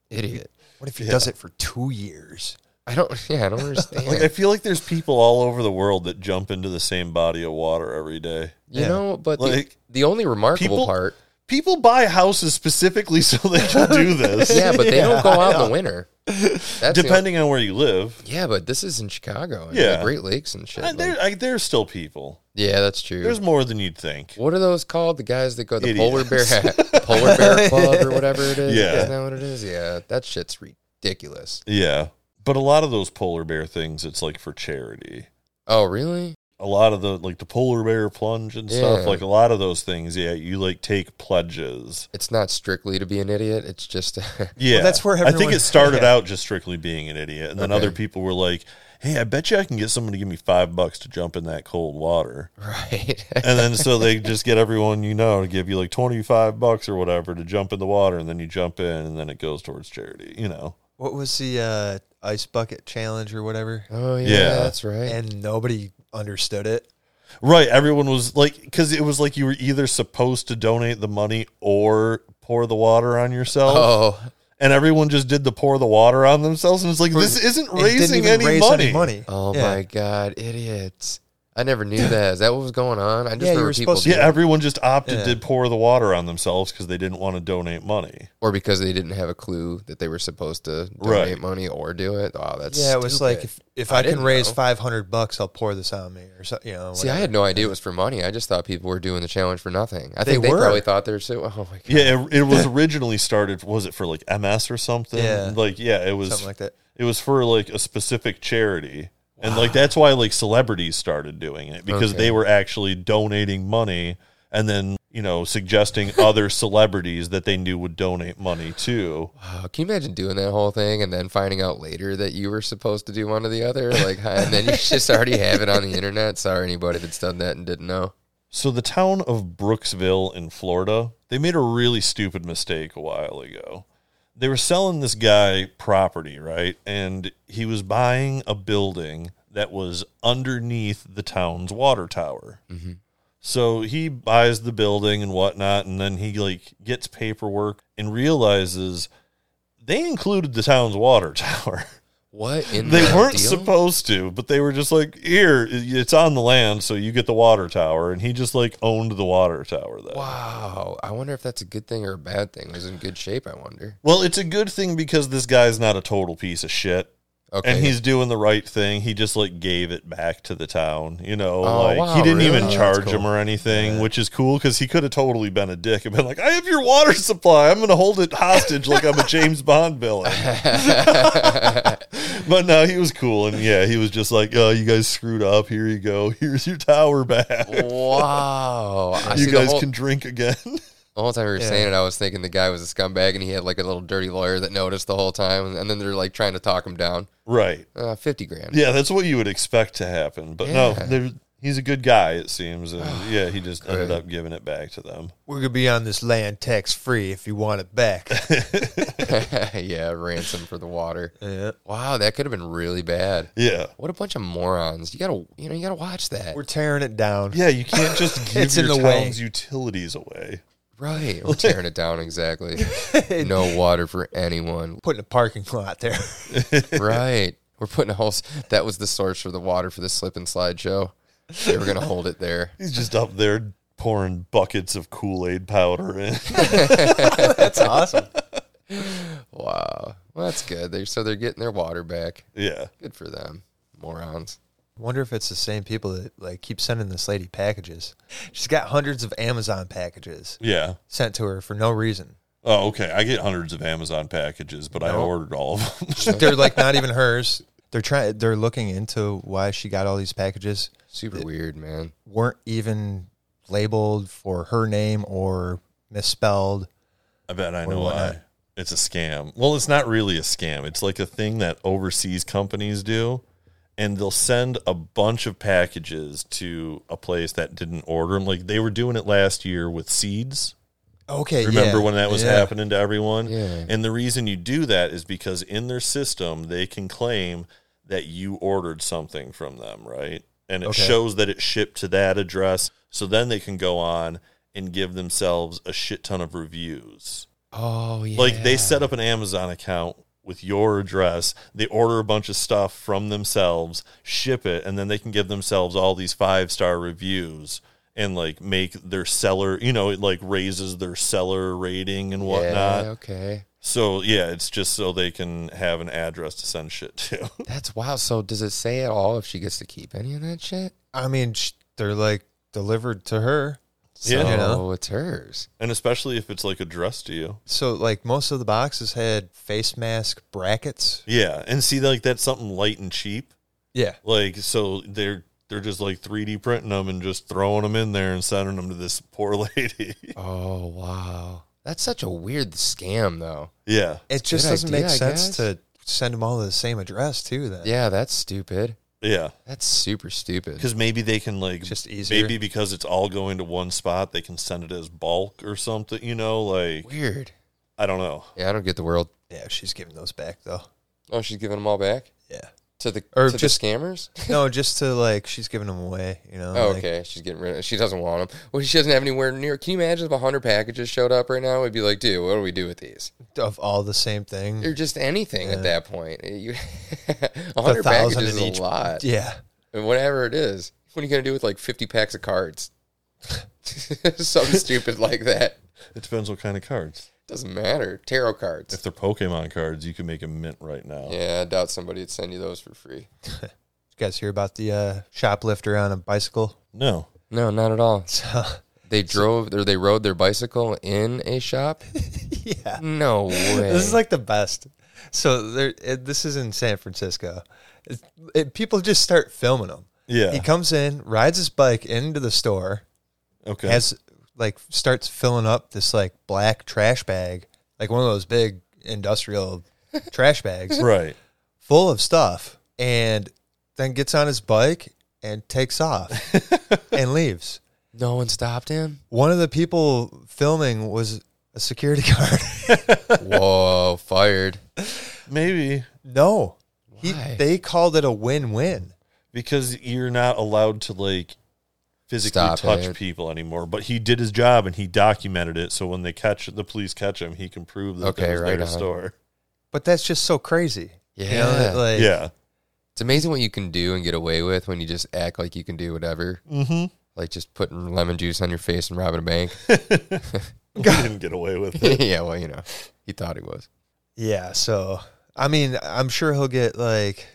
Speaker 2: Idiot.
Speaker 3: what if he does it for two years?
Speaker 2: I don't. Yeah, I don't understand.
Speaker 1: Like I feel like there's people all over the world that jump into the same body of water every day.
Speaker 2: you
Speaker 3: yeah.
Speaker 2: know, but
Speaker 1: Like,
Speaker 2: the, the only remarkable
Speaker 1: people-
Speaker 2: part,
Speaker 1: People buy houses specifically so they can do this.
Speaker 2: yeah, but they don't go out in the winter. That's the
Speaker 1: Depending on where you live,
Speaker 2: only- yeah, but this is in Chicago. and
Speaker 1: Yeah.
Speaker 2: the Great Lakes and shit.
Speaker 1: I,
Speaker 2: like-
Speaker 1: there, I, there's still people.
Speaker 2: yeah, that's true.
Speaker 1: There's more than you'd think.
Speaker 2: what are those called? The guys that go the
Speaker 1: Idiots.
Speaker 2: polar bear polar bear club or whatever it is.
Speaker 1: Yeah.
Speaker 2: isn't that what it is? Yeah, that shit's ridiculous.
Speaker 1: Yeah, but a lot of those polar bear things, it's like for charity.
Speaker 2: Oh, really?
Speaker 1: A lot of the like the polar bear plunge and stuff,
Speaker 2: Yeah.
Speaker 1: like a lot of those things. Yeah, you like take pledges.
Speaker 2: It's not strictly to be an idiot. It's just
Speaker 1: Yeah,
Speaker 3: that's where
Speaker 1: I think
Speaker 3: everyone-
Speaker 1: it started
Speaker 3: yeah.
Speaker 1: out just strictly being an idiot, and then
Speaker 2: Okay.
Speaker 1: other people were like, "Hey, I bet you I can get someone to give me five bucks to jump in that cold water."
Speaker 2: right.
Speaker 1: And then so they just get everyone you know to give you like twenty five bucks or whatever to jump in the water, and then you jump in, and then it goes towards charity. You know,
Speaker 3: What was the uh, ice bucket challenge or whatever?
Speaker 2: oh yeah,
Speaker 1: Yeah.
Speaker 2: that's right.
Speaker 3: And nobody understood it.
Speaker 1: right? Everyone was like, because it was like you were either supposed to donate the money or pour the water on yourself,
Speaker 2: oh,
Speaker 1: and everyone just did the pour the water on themselves, and it's like this isn't
Speaker 3: It didn't
Speaker 1: raising
Speaker 3: even
Speaker 1: any,
Speaker 3: raise
Speaker 1: money.
Speaker 3: any money.
Speaker 2: oh
Speaker 3: Yeah.
Speaker 2: my god, idiots! I never knew that. Is that what was going on? I just
Speaker 3: Yeah, you
Speaker 2: remember
Speaker 3: were
Speaker 2: people,
Speaker 3: supposed to-
Speaker 1: Yeah, everyone just opted
Speaker 3: Yeah.
Speaker 1: to pour the water on themselves because they didn't want to donate money.
Speaker 2: or because they didn't have a clue that they were supposed to donate
Speaker 1: Right.
Speaker 2: money or do it. Oh, that's
Speaker 3: Yeah, it was
Speaker 2: stupid.
Speaker 3: like if, if
Speaker 2: I
Speaker 3: I, can
Speaker 2: didn't
Speaker 3: raise
Speaker 2: know.
Speaker 3: five hundred bucks, I'll pour this on me or something. You know,
Speaker 2: See, I
Speaker 3: whatever.
Speaker 2: had no idea it was for money. I just thought people were doing the challenge for nothing. I
Speaker 3: They
Speaker 2: think they
Speaker 3: were.
Speaker 2: probably thought they were so. Oh my god!
Speaker 1: Yeah, it, it was originally started. Was it for like MS or something?
Speaker 3: Yeah.
Speaker 1: like yeah, it was
Speaker 3: something like that.
Speaker 1: it was for like a specific charity, and like that's why like celebrities started doing it because
Speaker 2: Okay.
Speaker 1: they were actually donating money and then you know suggesting other celebrities that they knew would donate money to.
Speaker 2: Wow, can you imagine doing that whole thing and then finding out later that you were supposed to do one or the other? Like, and then you just already have it on the internet. Sorry, anybody that's done that and didn't know.
Speaker 1: So the town of Brooksville in Florida, they made a really stupid mistake a while ago. They were selling this guy property, right? And he was buying a building that was underneath the town's water tower. So he buys the building and whatnot, and then he like gets paperwork and realizes they included the town's water tower.
Speaker 2: What in
Speaker 1: They
Speaker 2: the
Speaker 1: weren't
Speaker 2: deal?
Speaker 1: supposed to, but they were just like, here, it's on the land, so you get the water tower. And he just like owned the water tower then.
Speaker 2: Wow, I wonder if that's a good thing or a bad thing. It was in good shape. I wonder.
Speaker 1: Well, it's a good thing because this guy's not a total piece of shit.
Speaker 2: Okay,
Speaker 1: And he's doing the right thing. He just like gave it back to the town, you know.
Speaker 2: Oh,
Speaker 1: like
Speaker 2: wow,
Speaker 1: he didn't
Speaker 2: really?
Speaker 1: even
Speaker 2: Oh, that's
Speaker 1: charge
Speaker 2: cool.
Speaker 1: him or anything, which is cool because he could have totally been a dick and been like, "I have your water supply. I'm going to hold it hostage like I'm a James Bond villain." but no, he was cool, and yeah, he was just like, "Oh, you guys screwed up. Here you go. Here's your tower back.
Speaker 2: wow. I see
Speaker 1: you
Speaker 2: the
Speaker 1: guys
Speaker 2: whole-
Speaker 1: can drink again."
Speaker 2: The whole time you were saying it, I was thinking the guy was a scumbag and he had like a little dirty lawyer that noticed the whole time. And then they're like trying to talk him down.
Speaker 1: right?
Speaker 2: Uh, 50 grand.
Speaker 1: Yeah, that's what you would expect to happen. But no,
Speaker 2: Yeah.
Speaker 1: there, he's a good guy, it seems, and yeah, he just ended up giving it back to them.
Speaker 3: We're gonna be on this land tax free if you want it back.
Speaker 2: Yeah. ransom for the water.
Speaker 3: yeah.
Speaker 2: Wow, that could have been really bad.
Speaker 1: Yeah.
Speaker 2: What a bunch of morons. You gotta, you know, you gotta watch that.
Speaker 3: We're tearing it down.
Speaker 1: Yeah, you can't just give
Speaker 3: It's
Speaker 1: your
Speaker 3: in the way.
Speaker 1: town's utilities away.
Speaker 2: right. We're tearing it down exactly. no water for anyone.
Speaker 3: Putting a parking lot there.
Speaker 2: Right. We're putting a whole, s- that was the source for the water for the slip and slide show. They were gonna hold it there.
Speaker 1: He's just up there pouring buckets of Kool Aid powder in.
Speaker 3: That's awesome.
Speaker 2: Wow. Well, that's good. They're, so they're getting their water back.
Speaker 1: yeah.
Speaker 2: Good for them. Morons.
Speaker 3: Wonder if it's the same people that like keep sending this lady packages. She's got hundreds of Amazon packages
Speaker 1: Yeah.
Speaker 3: sent to her for no reason.
Speaker 1: Oh, okay. I get hundreds of Amazon packages, but I ordered all of them.
Speaker 3: They're like not even hers. They're trying. They're looking into why she got all these packages.
Speaker 2: Super weird, man.
Speaker 3: weren't even labeled for her name or misspelled.
Speaker 1: I bet I
Speaker 3: Or
Speaker 1: know
Speaker 3: whatnot.
Speaker 1: why. It's a scam. Well, it's not really a scam. It's like a thing that overseas companies do, and they'll send a bunch of packages to a place that didn't order them. Like they were doing it last year with seeds.
Speaker 3: Okay,
Speaker 1: Remember when that was
Speaker 3: yeah.
Speaker 1: happening to everyone?
Speaker 2: Yeah.
Speaker 1: And the reason you do that is because in their system, they can claim that you ordered something from them, right? And it
Speaker 3: Okay.
Speaker 1: shows that it shipped to that address. So then they can go on and give themselves a shit ton of reviews.
Speaker 2: Oh yeah.
Speaker 1: Like they set up an Amazon account with your address. They order a bunch of stuff from themselves, ship it, and then they can give themselves all these five star reviews and like make their seller, you know, it like raises their seller rating and whatnot.
Speaker 2: Yeah, okay.
Speaker 1: So yeah, it's just so they can have an address to send shit to.
Speaker 2: That's wild. So does it say at all if she gets to keep any of that shit?
Speaker 3: I mean, sh- they're like delivered to her.
Speaker 2: So
Speaker 1: Yeah. You
Speaker 3: know?
Speaker 2: it's hers.
Speaker 1: and especially if it's like addressed to you.
Speaker 3: So like most of the boxes had face mask brackets.
Speaker 1: Yeah, and see like that's something light and cheap.
Speaker 3: Yeah.
Speaker 1: Like so they're they're just like 3D printing them and just throwing them in there and sending them to this poor lady.
Speaker 2: Oh wow. That's such a weird scam though.
Speaker 1: yeah.
Speaker 3: It just
Speaker 2: Good
Speaker 3: doesn't
Speaker 2: idea,
Speaker 3: make
Speaker 2: I
Speaker 3: sense
Speaker 2: guess.
Speaker 3: to send them all to the same address too. Then
Speaker 2: Yeah, that's stupid.
Speaker 1: Yeah.
Speaker 2: That's super stupid.
Speaker 1: Cuz maybe they can like
Speaker 3: just easier.
Speaker 1: maybe because it's all going to one spot, they can send it as bulk or something, you know, like
Speaker 2: Weird.
Speaker 1: I don't know.
Speaker 2: Yeah, I don't get the world.
Speaker 3: Yeah, she's giving those back though.
Speaker 2: Oh, she's giving them all back
Speaker 3: Yeah.
Speaker 2: to the
Speaker 3: Or
Speaker 2: to the
Speaker 3: just-
Speaker 2: scammers.
Speaker 3: no, just to like she's giving them away. You know.
Speaker 2: Oh,
Speaker 3: like-
Speaker 2: okay. She's getting rid of. She doesn't want them. Well, she doesn't have anywhere near. Can you imagine if hundred packages showed up right now? We'd be like, dude, what do we do with these?
Speaker 3: Of all the same thing.
Speaker 2: They're just anything at that point. Eh, You,
Speaker 3: a
Speaker 2: hundred
Speaker 3: thousand
Speaker 2: packages
Speaker 3: in
Speaker 2: is
Speaker 3: each.
Speaker 2: a lot.
Speaker 3: Yeah.
Speaker 2: And whatever it is, what are you gonna do with like fifty packs of cards? Something stupid like that
Speaker 1: It depends what kind of cards.
Speaker 2: doesn't matter. Tarot
Speaker 1: If
Speaker 2: cards.
Speaker 1: they're Pokemon cards, you can make a mint right now.
Speaker 2: Yeah, I doubt somebody would send you those for free.
Speaker 3: You guys hear about the uh, shoplifter on a bicycle?
Speaker 1: No.
Speaker 2: No, not at all.
Speaker 3: So,
Speaker 2: They drove or they rode their bicycle in a shop.
Speaker 3: yeah.
Speaker 2: No way.
Speaker 3: This is like the best. So there, it, this is in San Francisco. It, it, people just start filming him.
Speaker 1: Yeah.
Speaker 3: He comes in, rides his bike into the store,
Speaker 1: okay.
Speaker 3: has like starts filling up this like black trash bag, like one of those big industrial trash bags
Speaker 1: right.
Speaker 3: full of stuff, and then gets on his bike and takes off and leaves.
Speaker 2: no one stopped him.
Speaker 3: One of the people filming was a security guard.
Speaker 2: Whoa, fired.
Speaker 1: Maybe
Speaker 3: no, he,
Speaker 2: Why?
Speaker 3: they called it a win-win.
Speaker 1: because you're not allowed to like physically
Speaker 2: Stop
Speaker 1: touch
Speaker 2: it.
Speaker 1: people anymore. But he did his job and he documented it. So when they catch the police catch him, he can prove that
Speaker 2: Okay,
Speaker 1: they was
Speaker 2: right
Speaker 1: there to
Speaker 2: on.
Speaker 1: store.
Speaker 3: But that's just so crazy.
Speaker 2: Yeah.
Speaker 3: You know, that, like,
Speaker 1: yeah.
Speaker 2: It's amazing what you can do and get away with when you just act like you can do whatever.
Speaker 1: Mm-hmm.
Speaker 2: Like just putting lemon juice on your face and robbing a bank.
Speaker 1: we didn't get away with it.
Speaker 2: yeah, well, you know, he thought he was.
Speaker 3: Yeah, so I mean, I'm sure he'll get like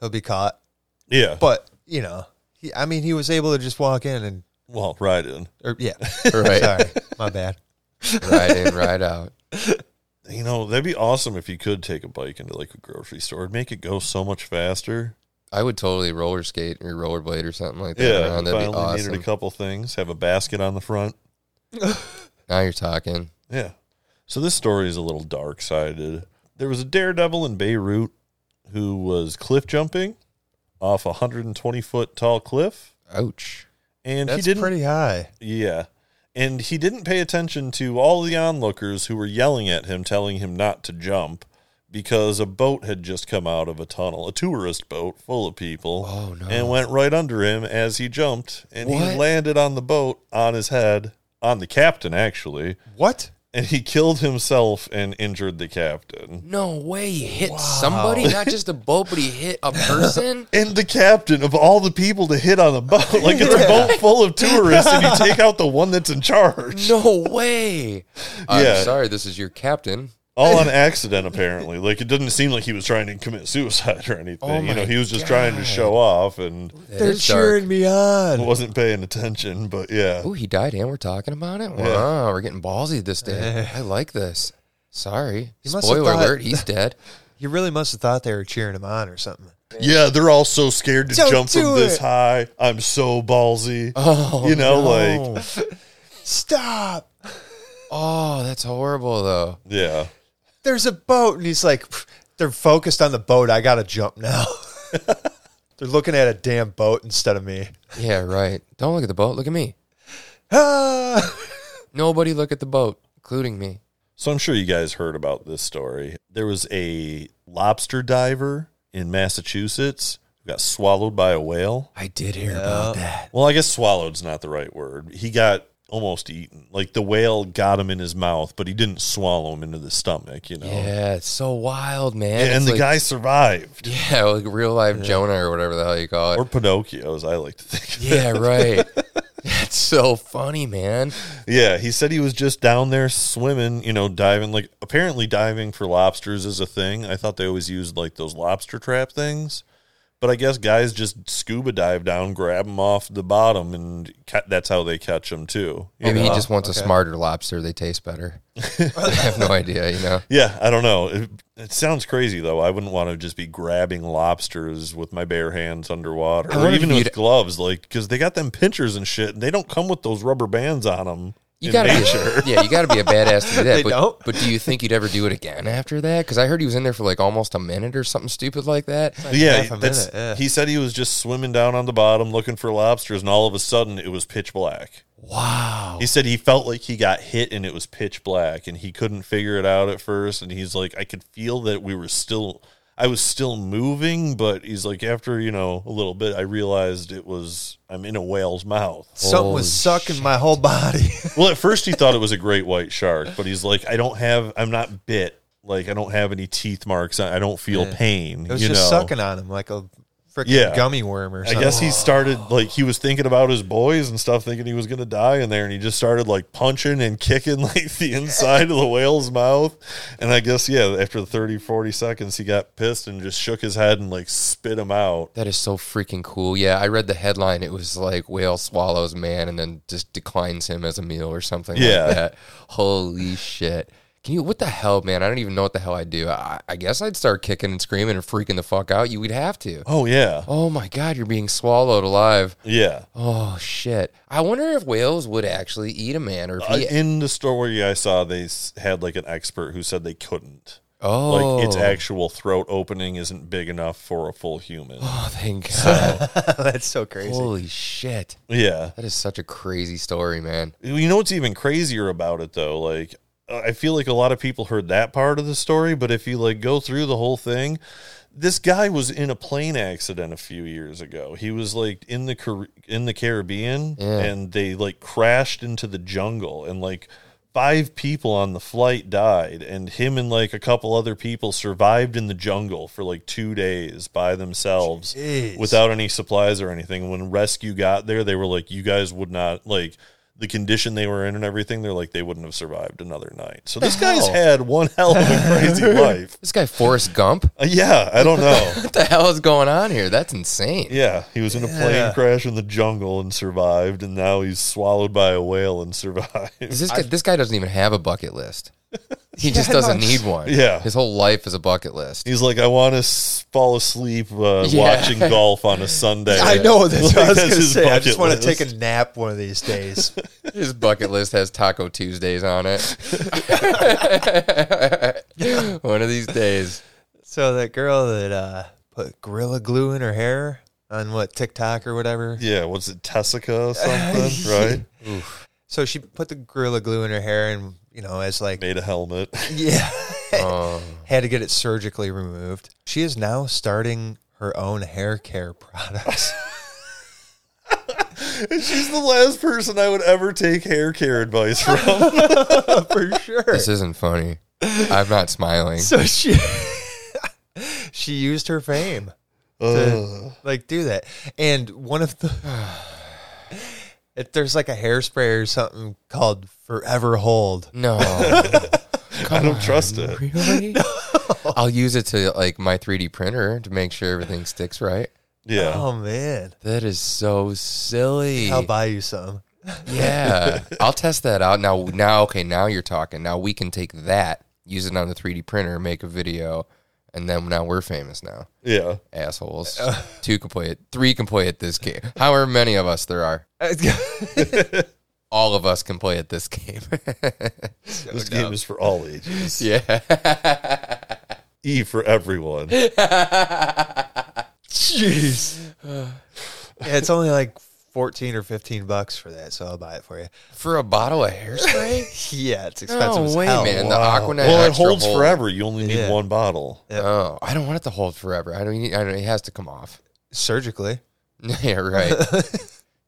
Speaker 3: he'll be caught,
Speaker 1: Yeah.
Speaker 3: but you know, he I mean, he was able to just walk in and
Speaker 1: well, right in.
Speaker 3: or yeah,
Speaker 2: Right.
Speaker 3: sorry, my bad.
Speaker 2: ride in, ride out.
Speaker 1: You know, that'd be awesome if you could take a bike into like a grocery store. It'd make it go so much faster.
Speaker 2: I would totally roller skate or rollerblade or something like that.
Speaker 1: Yeah.
Speaker 2: around.
Speaker 1: if
Speaker 2: That'd
Speaker 1: I
Speaker 2: be
Speaker 1: only
Speaker 2: awesome.
Speaker 1: needed a couple things. Have a basket on the front.
Speaker 2: now you're talking.
Speaker 1: Yeah. So this story is a little dark sided. There was a daredevil in Beirut who was cliff jumping off a 120 foot tall cliff.
Speaker 2: Ouch.
Speaker 1: And
Speaker 3: That's
Speaker 1: he didn't.
Speaker 3: pretty high.
Speaker 1: yeah. And he didn't pay attention to all the onlookers who were yelling at him, telling him not to jump because a boat had just come out of a tunnel, a tourist boat full of people,
Speaker 2: Oh, no.
Speaker 1: and went right under him as he jumped. And
Speaker 2: What?
Speaker 1: he landed on the boat on his head, on the captain, actually
Speaker 3: What?
Speaker 1: and he killed himself and injured the captain.
Speaker 2: No way. He hit somebody, not just a boat, but he hit a person.
Speaker 1: And the captain of all the people to hit on a boat, like it's a boat full of tourists, and you take out the one that's in charge.
Speaker 2: No way. I'm
Speaker 1: Yeah.
Speaker 2: sorry. This is your captain.
Speaker 1: All on accident, apparently. Like it didn't seem like he was trying to commit suicide or anything.
Speaker 2: Oh
Speaker 1: you know,
Speaker 2: my
Speaker 1: he was just trying to show off and
Speaker 2: That
Speaker 3: They're
Speaker 2: is dark.
Speaker 3: cheering me on.
Speaker 1: wasn't paying attention. But yeah,
Speaker 2: Oh, he died, and we're talking about it.
Speaker 1: Yeah.
Speaker 2: Wow, we're getting ballsy this day. I like this. Sorry,
Speaker 3: You must have
Speaker 2: spoiler
Speaker 3: thought-
Speaker 2: alert: he's dead.
Speaker 3: You really must have thought they were cheering him on or something.
Speaker 1: yeah, they're all so scared to
Speaker 3: Don't
Speaker 1: jump
Speaker 3: do
Speaker 1: from this
Speaker 3: it.
Speaker 1: high. I'm so ballsy.
Speaker 2: Oh,
Speaker 1: You know,
Speaker 2: no.
Speaker 1: like-
Speaker 3: Stop!
Speaker 2: oh, that's horrible though.
Speaker 1: Yeah,
Speaker 3: There's a boat, and he's like, "Pff, they're focused on the boat. I gotta jump now. they're looking at a damn boat instead of me.
Speaker 2: Yeah, right. Don't look at the boat. Look at me.
Speaker 3: Ah!
Speaker 2: Nobody look at the boat, including me.
Speaker 1: So I'm sure you guys heard about this story. There was a lobster diver in Massachusetts who got swallowed by a whale.
Speaker 2: I did hear
Speaker 3: about
Speaker 2: that.
Speaker 1: Well, I guess swallowed's not the right word. He got almost eaten. Like the whale got him in his mouth, but he didn't swallow him into the stomach,
Speaker 3: Oh.
Speaker 1: you know?
Speaker 2: Yeah, it's so wild, man.
Speaker 1: And,
Speaker 2: It's
Speaker 1: the
Speaker 2: like-
Speaker 1: guy survived.
Speaker 2: Yeah, like real life Jonah or whatever the hell you call it.
Speaker 1: Or Pinocchio, as I like to think. of it.
Speaker 2: yeah, right. That's so funny, man.
Speaker 1: Yeah, he said he was just down there swimming, you know, diving. Like, apparently, diving for lobsters is a thing. I thought they always used like those lobster trap things, but I guess guys just scuba dive down, grab them off the bottom, and ca- that's how they catch them too. you
Speaker 2: Maybe
Speaker 1: know?
Speaker 2: he just wants a smarter lobster. They taste better. I have no idea, you know?
Speaker 1: Yeah, I don't know. It, it sounds crazy though. I wouldn't want to just be grabbing lobsters with my bare hands underwater,
Speaker 2: I
Speaker 1: or
Speaker 2: wonder
Speaker 1: even
Speaker 2: if
Speaker 1: with
Speaker 2: you'd-
Speaker 1: gloves, like because they got them pinchers and shit, and they don't come with those rubber bands on them.
Speaker 2: You gotta be, yeah, you gotta be a badass to do that.
Speaker 3: They
Speaker 2: but,
Speaker 3: don't?
Speaker 2: but do you think you'd ever do it again after that? Because I heard he was in there for like almost a minute or something stupid like that.
Speaker 3: half
Speaker 1: yeah,
Speaker 3: a
Speaker 1: that's,
Speaker 3: minute, yeah.
Speaker 1: he said he was just swimming down on the bottom looking for lobsters, and all of a sudden it was pitch black.
Speaker 2: Wow.
Speaker 1: He said he felt like he got hit, and it was pitch black, and he couldn't figure it out at first. And he's like, I could feel that we were still, I was still moving, but he's like, after you know a little bit, I realized it was I'm in a whale's mouth.
Speaker 3: Something
Speaker 2: Holy
Speaker 3: was sucking my whole body.
Speaker 1: well, at first he thought it was a great white shark, but he's like, I don't have, I'm not bit. Like I don't have any teeth marks. I I don't feel pain.
Speaker 3: It was
Speaker 1: you
Speaker 3: just
Speaker 1: know?
Speaker 3: sucking on him like a freaking
Speaker 1: Yeah.
Speaker 3: gummy worm or
Speaker 1: I
Speaker 3: something.
Speaker 1: guess he
Speaker 2: uh,
Speaker 1: started like he was thinking about his boys and stuff, thinking he was gonna die in there, and he just started like punching and kicking like the inside of the whale's mouth. And I guess yeah, after the 30, 40 seconds, he got pissed and just shook his head and like spit him out.
Speaker 2: That is so freaking cool. Yeah, I read the headline. It was like whale swallows man and then just declines him as a meal or something
Speaker 1: Yeah.
Speaker 2: like that. Holy shit. Can you, what the hell, man? I don't even know what the hell I'd do. I, I guess I'd start kicking and screaming and freaking the fuck out. You would have to.
Speaker 1: Oh yeah,
Speaker 2: Oh my God, you're being swallowed alive.
Speaker 1: yeah.
Speaker 2: Oh shit. I wonder if whales would actually eat a man or if
Speaker 1: Uh,
Speaker 2: he,
Speaker 1: in the story I saw, they s- had like an expert who said they couldn't.
Speaker 2: oh,
Speaker 1: Like its actual throat opening isn't big enough for a full human.
Speaker 2: oh, thank God.
Speaker 3: That's so crazy.
Speaker 2: Holy shit.
Speaker 1: Yeah.
Speaker 2: That is such a crazy story, man.
Speaker 1: You know what's even crazier about it though? Like I feel like a lot of people heard that part of the story, but if you like go through the whole thing, this guy was in a plane accident a few years ago. He was like in the Car- in the Caribbean
Speaker 2: Yeah.
Speaker 1: and they like crashed into the jungle and like five people on the flight died and him and like a couple other people survived in the jungle for like 2 days by themselves
Speaker 3: Jeez.
Speaker 1: without any supplies or anything. When rescue got there, they were like, "You guys would not like the condition they were in and everything." They're like, "They wouldn't have survived another night." So this guy's
Speaker 2: hell?
Speaker 1: had one hell of a crazy life.
Speaker 2: This guy, Forrest Gump?
Speaker 1: Uh, yeah, I don't know.
Speaker 2: What the hell is going on here? That's insane.
Speaker 1: Yeah, he was in a plane
Speaker 3: Yeah.
Speaker 1: crash in the jungle and survived, and now he's swallowed by a whale and survived.
Speaker 2: Is this guy, this guy doesn't even have a bucket list. He just
Speaker 3: Yeah,
Speaker 2: doesn't
Speaker 3: no.
Speaker 2: need one.
Speaker 1: Yeah.
Speaker 2: His whole life is a bucket list.
Speaker 1: He's like, I want to s- fall asleep uh,
Speaker 2: Yeah.
Speaker 1: watching golf on a Sunday.
Speaker 3: I know that's
Speaker 1: Like,
Speaker 3: what I was
Speaker 1: that's
Speaker 3: gonna
Speaker 1: his
Speaker 3: say. I
Speaker 1: bucket
Speaker 3: just want to
Speaker 1: list.
Speaker 3: take a nap one of these days.
Speaker 2: His bucket list has Taco Tuesdays on it. one of these days.
Speaker 3: so that girl that uh, put gorilla glue in her hair on what TikTok or whatever.
Speaker 1: Yeah, what's it, Tessica or something, right?
Speaker 3: So she put the gorilla glue in her hair, and you know, as like
Speaker 1: Made a helmet.
Speaker 3: yeah,
Speaker 2: Oh,
Speaker 3: had to get it surgically removed. She is now starting her own hair care products.
Speaker 1: She's the last person I would ever take hair care advice from.
Speaker 3: for sure.
Speaker 2: this isn't funny. I'm not smiling.
Speaker 3: So she she used her fame to like do that. And one of the if there's like a hairspray or something called Forever Hold.
Speaker 2: No.
Speaker 1: I don't trust it.
Speaker 2: Really? I'll use it to like my 3D printer to make sure everything sticks right.
Speaker 1: Yeah.
Speaker 3: Oh man.
Speaker 2: That is so silly.
Speaker 3: I'll buy you some.
Speaker 2: Yeah, I'll test that out now. Now, okay, now you're talking. Now we can take that, use it on the 3D printer, make a video, and then now we're famous now.
Speaker 1: yeah.
Speaker 2: Assholes. Two can play it. Three can play at this game. However many of us there are, all of us can play at this game.
Speaker 1: This game is for all ages.
Speaker 2: yeah.
Speaker 1: E for everyone.
Speaker 2: Ah,
Speaker 3: Jeez. yeah, it's only like 14 or 15 bucks for that, so I'll buy it for you.
Speaker 2: For a bottle of hairspray?
Speaker 3: Yeah, it's expensive
Speaker 2: No
Speaker 3: as
Speaker 2: way,
Speaker 3: hell.
Speaker 2: man.
Speaker 1: Wow.
Speaker 2: The Aquanet
Speaker 1: well, it
Speaker 2: Extra
Speaker 1: holds
Speaker 2: Hold.
Speaker 1: forever. You only need
Speaker 3: Yeah.
Speaker 1: one bottle.
Speaker 2: Oh, I don't want it to hold forever. I don't. need- I don't. It has to come off.
Speaker 3: Surgically.
Speaker 2: yeah, right.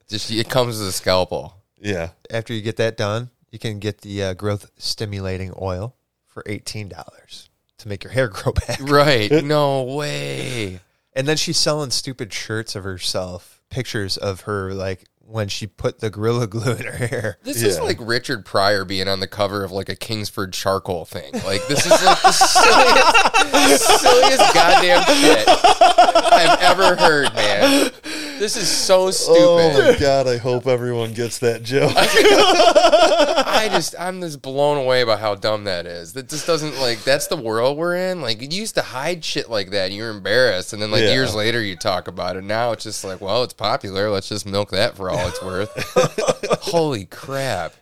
Speaker 2: Just it comes with a scalpel.
Speaker 1: Yeah.
Speaker 3: After you get that done, you can get the uh, growth stimulating oil for eighteen dollars to make your hair grow back.
Speaker 2: Right. No way.
Speaker 3: And then she's selling stupid shirts of herself, pictures of her like when she put the gorilla glue in her hair.
Speaker 2: This
Speaker 1: Yeah.
Speaker 2: is like Richard Pryor being on the cover of like a Kingsford charcoal thing. Like this is like the silliest, silliest goddamn shit I've ever heard, man. This is so stupid.
Speaker 1: Oh my god! I hope everyone gets that joke.
Speaker 2: I just I'm just blown away by how dumb that is. That just doesn't like that's the world we're in. Like you used to hide shit like that. And you were embarrassed, and then like
Speaker 1: Yeah.
Speaker 2: years later you talk about it. Now it's just like, well, it's popular. Let's just milk that for all it's worth. Holy crap!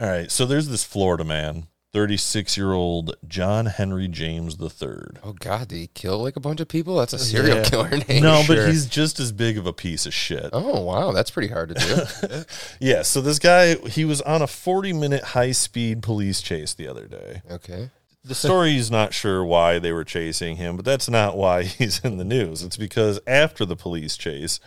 Speaker 1: All right. So there's this Florida man, 36 year old John Henry James III.
Speaker 2: Oh God, did he kill like a bunch of people? That's a serial
Speaker 3: Yeah.
Speaker 2: killer name.
Speaker 1: No,
Speaker 3: sure?
Speaker 1: but he's just as big of a piece of shit.
Speaker 2: Oh wow, that's pretty hard to do.
Speaker 1: Yeah. So this guy, he was on a 40 minute high speed police chase the other day.
Speaker 2: okay.
Speaker 1: The story's not sure why they were chasing him, but that's not why he's in the news. It's because after the police chase,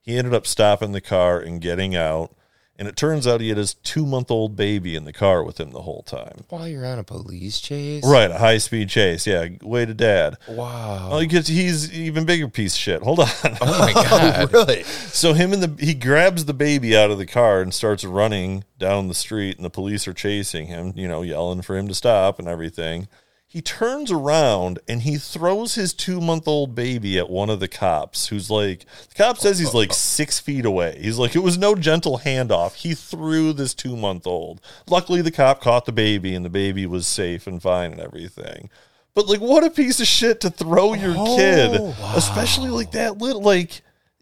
Speaker 1: he ended up stopping the car and getting out. And it turns out he had his two month old baby in the car with him the whole time.
Speaker 2: While you're on a police chase,
Speaker 1: Right, a high speed chase. Yeah, way to dad.
Speaker 2: Wow.
Speaker 1: Oh, he gets, he's even bigger piece of shit. Hold on.
Speaker 2: Oh my God.
Speaker 3: Really?
Speaker 1: So him and the he grabs the baby out of the car and starts running down the street, and the police are chasing him. You know, yelling for him to stop and everything. He turns around and he throws his two month old baby at one of the cops, who's like, the cop says he's like six feet away. He's like, it was no gentle handoff. He threw this two month old. Luckily, the cop caught the baby and the baby was safe and fine and everything. But like, what a piece of shit to throw your kid,
Speaker 3: Oh,
Speaker 1: especially like that little, like,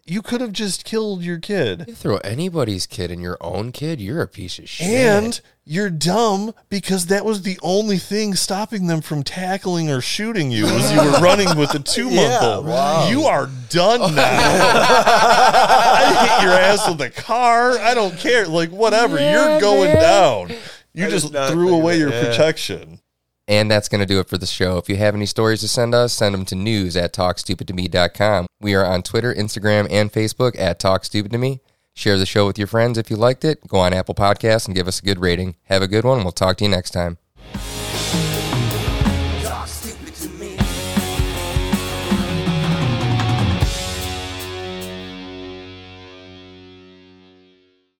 Speaker 1: you could have just killed your kid.
Speaker 2: You throw anybody's kid and your own kid, you're a piece of shit.
Speaker 1: And you're dumb because that was the only thing stopping them from tackling or shooting you was you were running with a two month old. You are done now. I hit your ass with a car. I don't care. Like whatever.
Speaker 2: Yeah,
Speaker 1: you're going
Speaker 2: man.
Speaker 1: down. You
Speaker 3: I
Speaker 1: just
Speaker 3: did not
Speaker 1: threw
Speaker 3: think of
Speaker 1: away
Speaker 3: that.
Speaker 1: your
Speaker 3: Yeah.
Speaker 1: protection.
Speaker 2: And that's going to do it for the show. If you have any stories to send us, send them to news at talkstupidtome.com. We are on Twitter, Instagram, and Facebook at talkstupidtome. Share the show with your friends if you liked it. Go on Apple Podcasts and give us a good rating. Have a good one. We'll talk to you next time.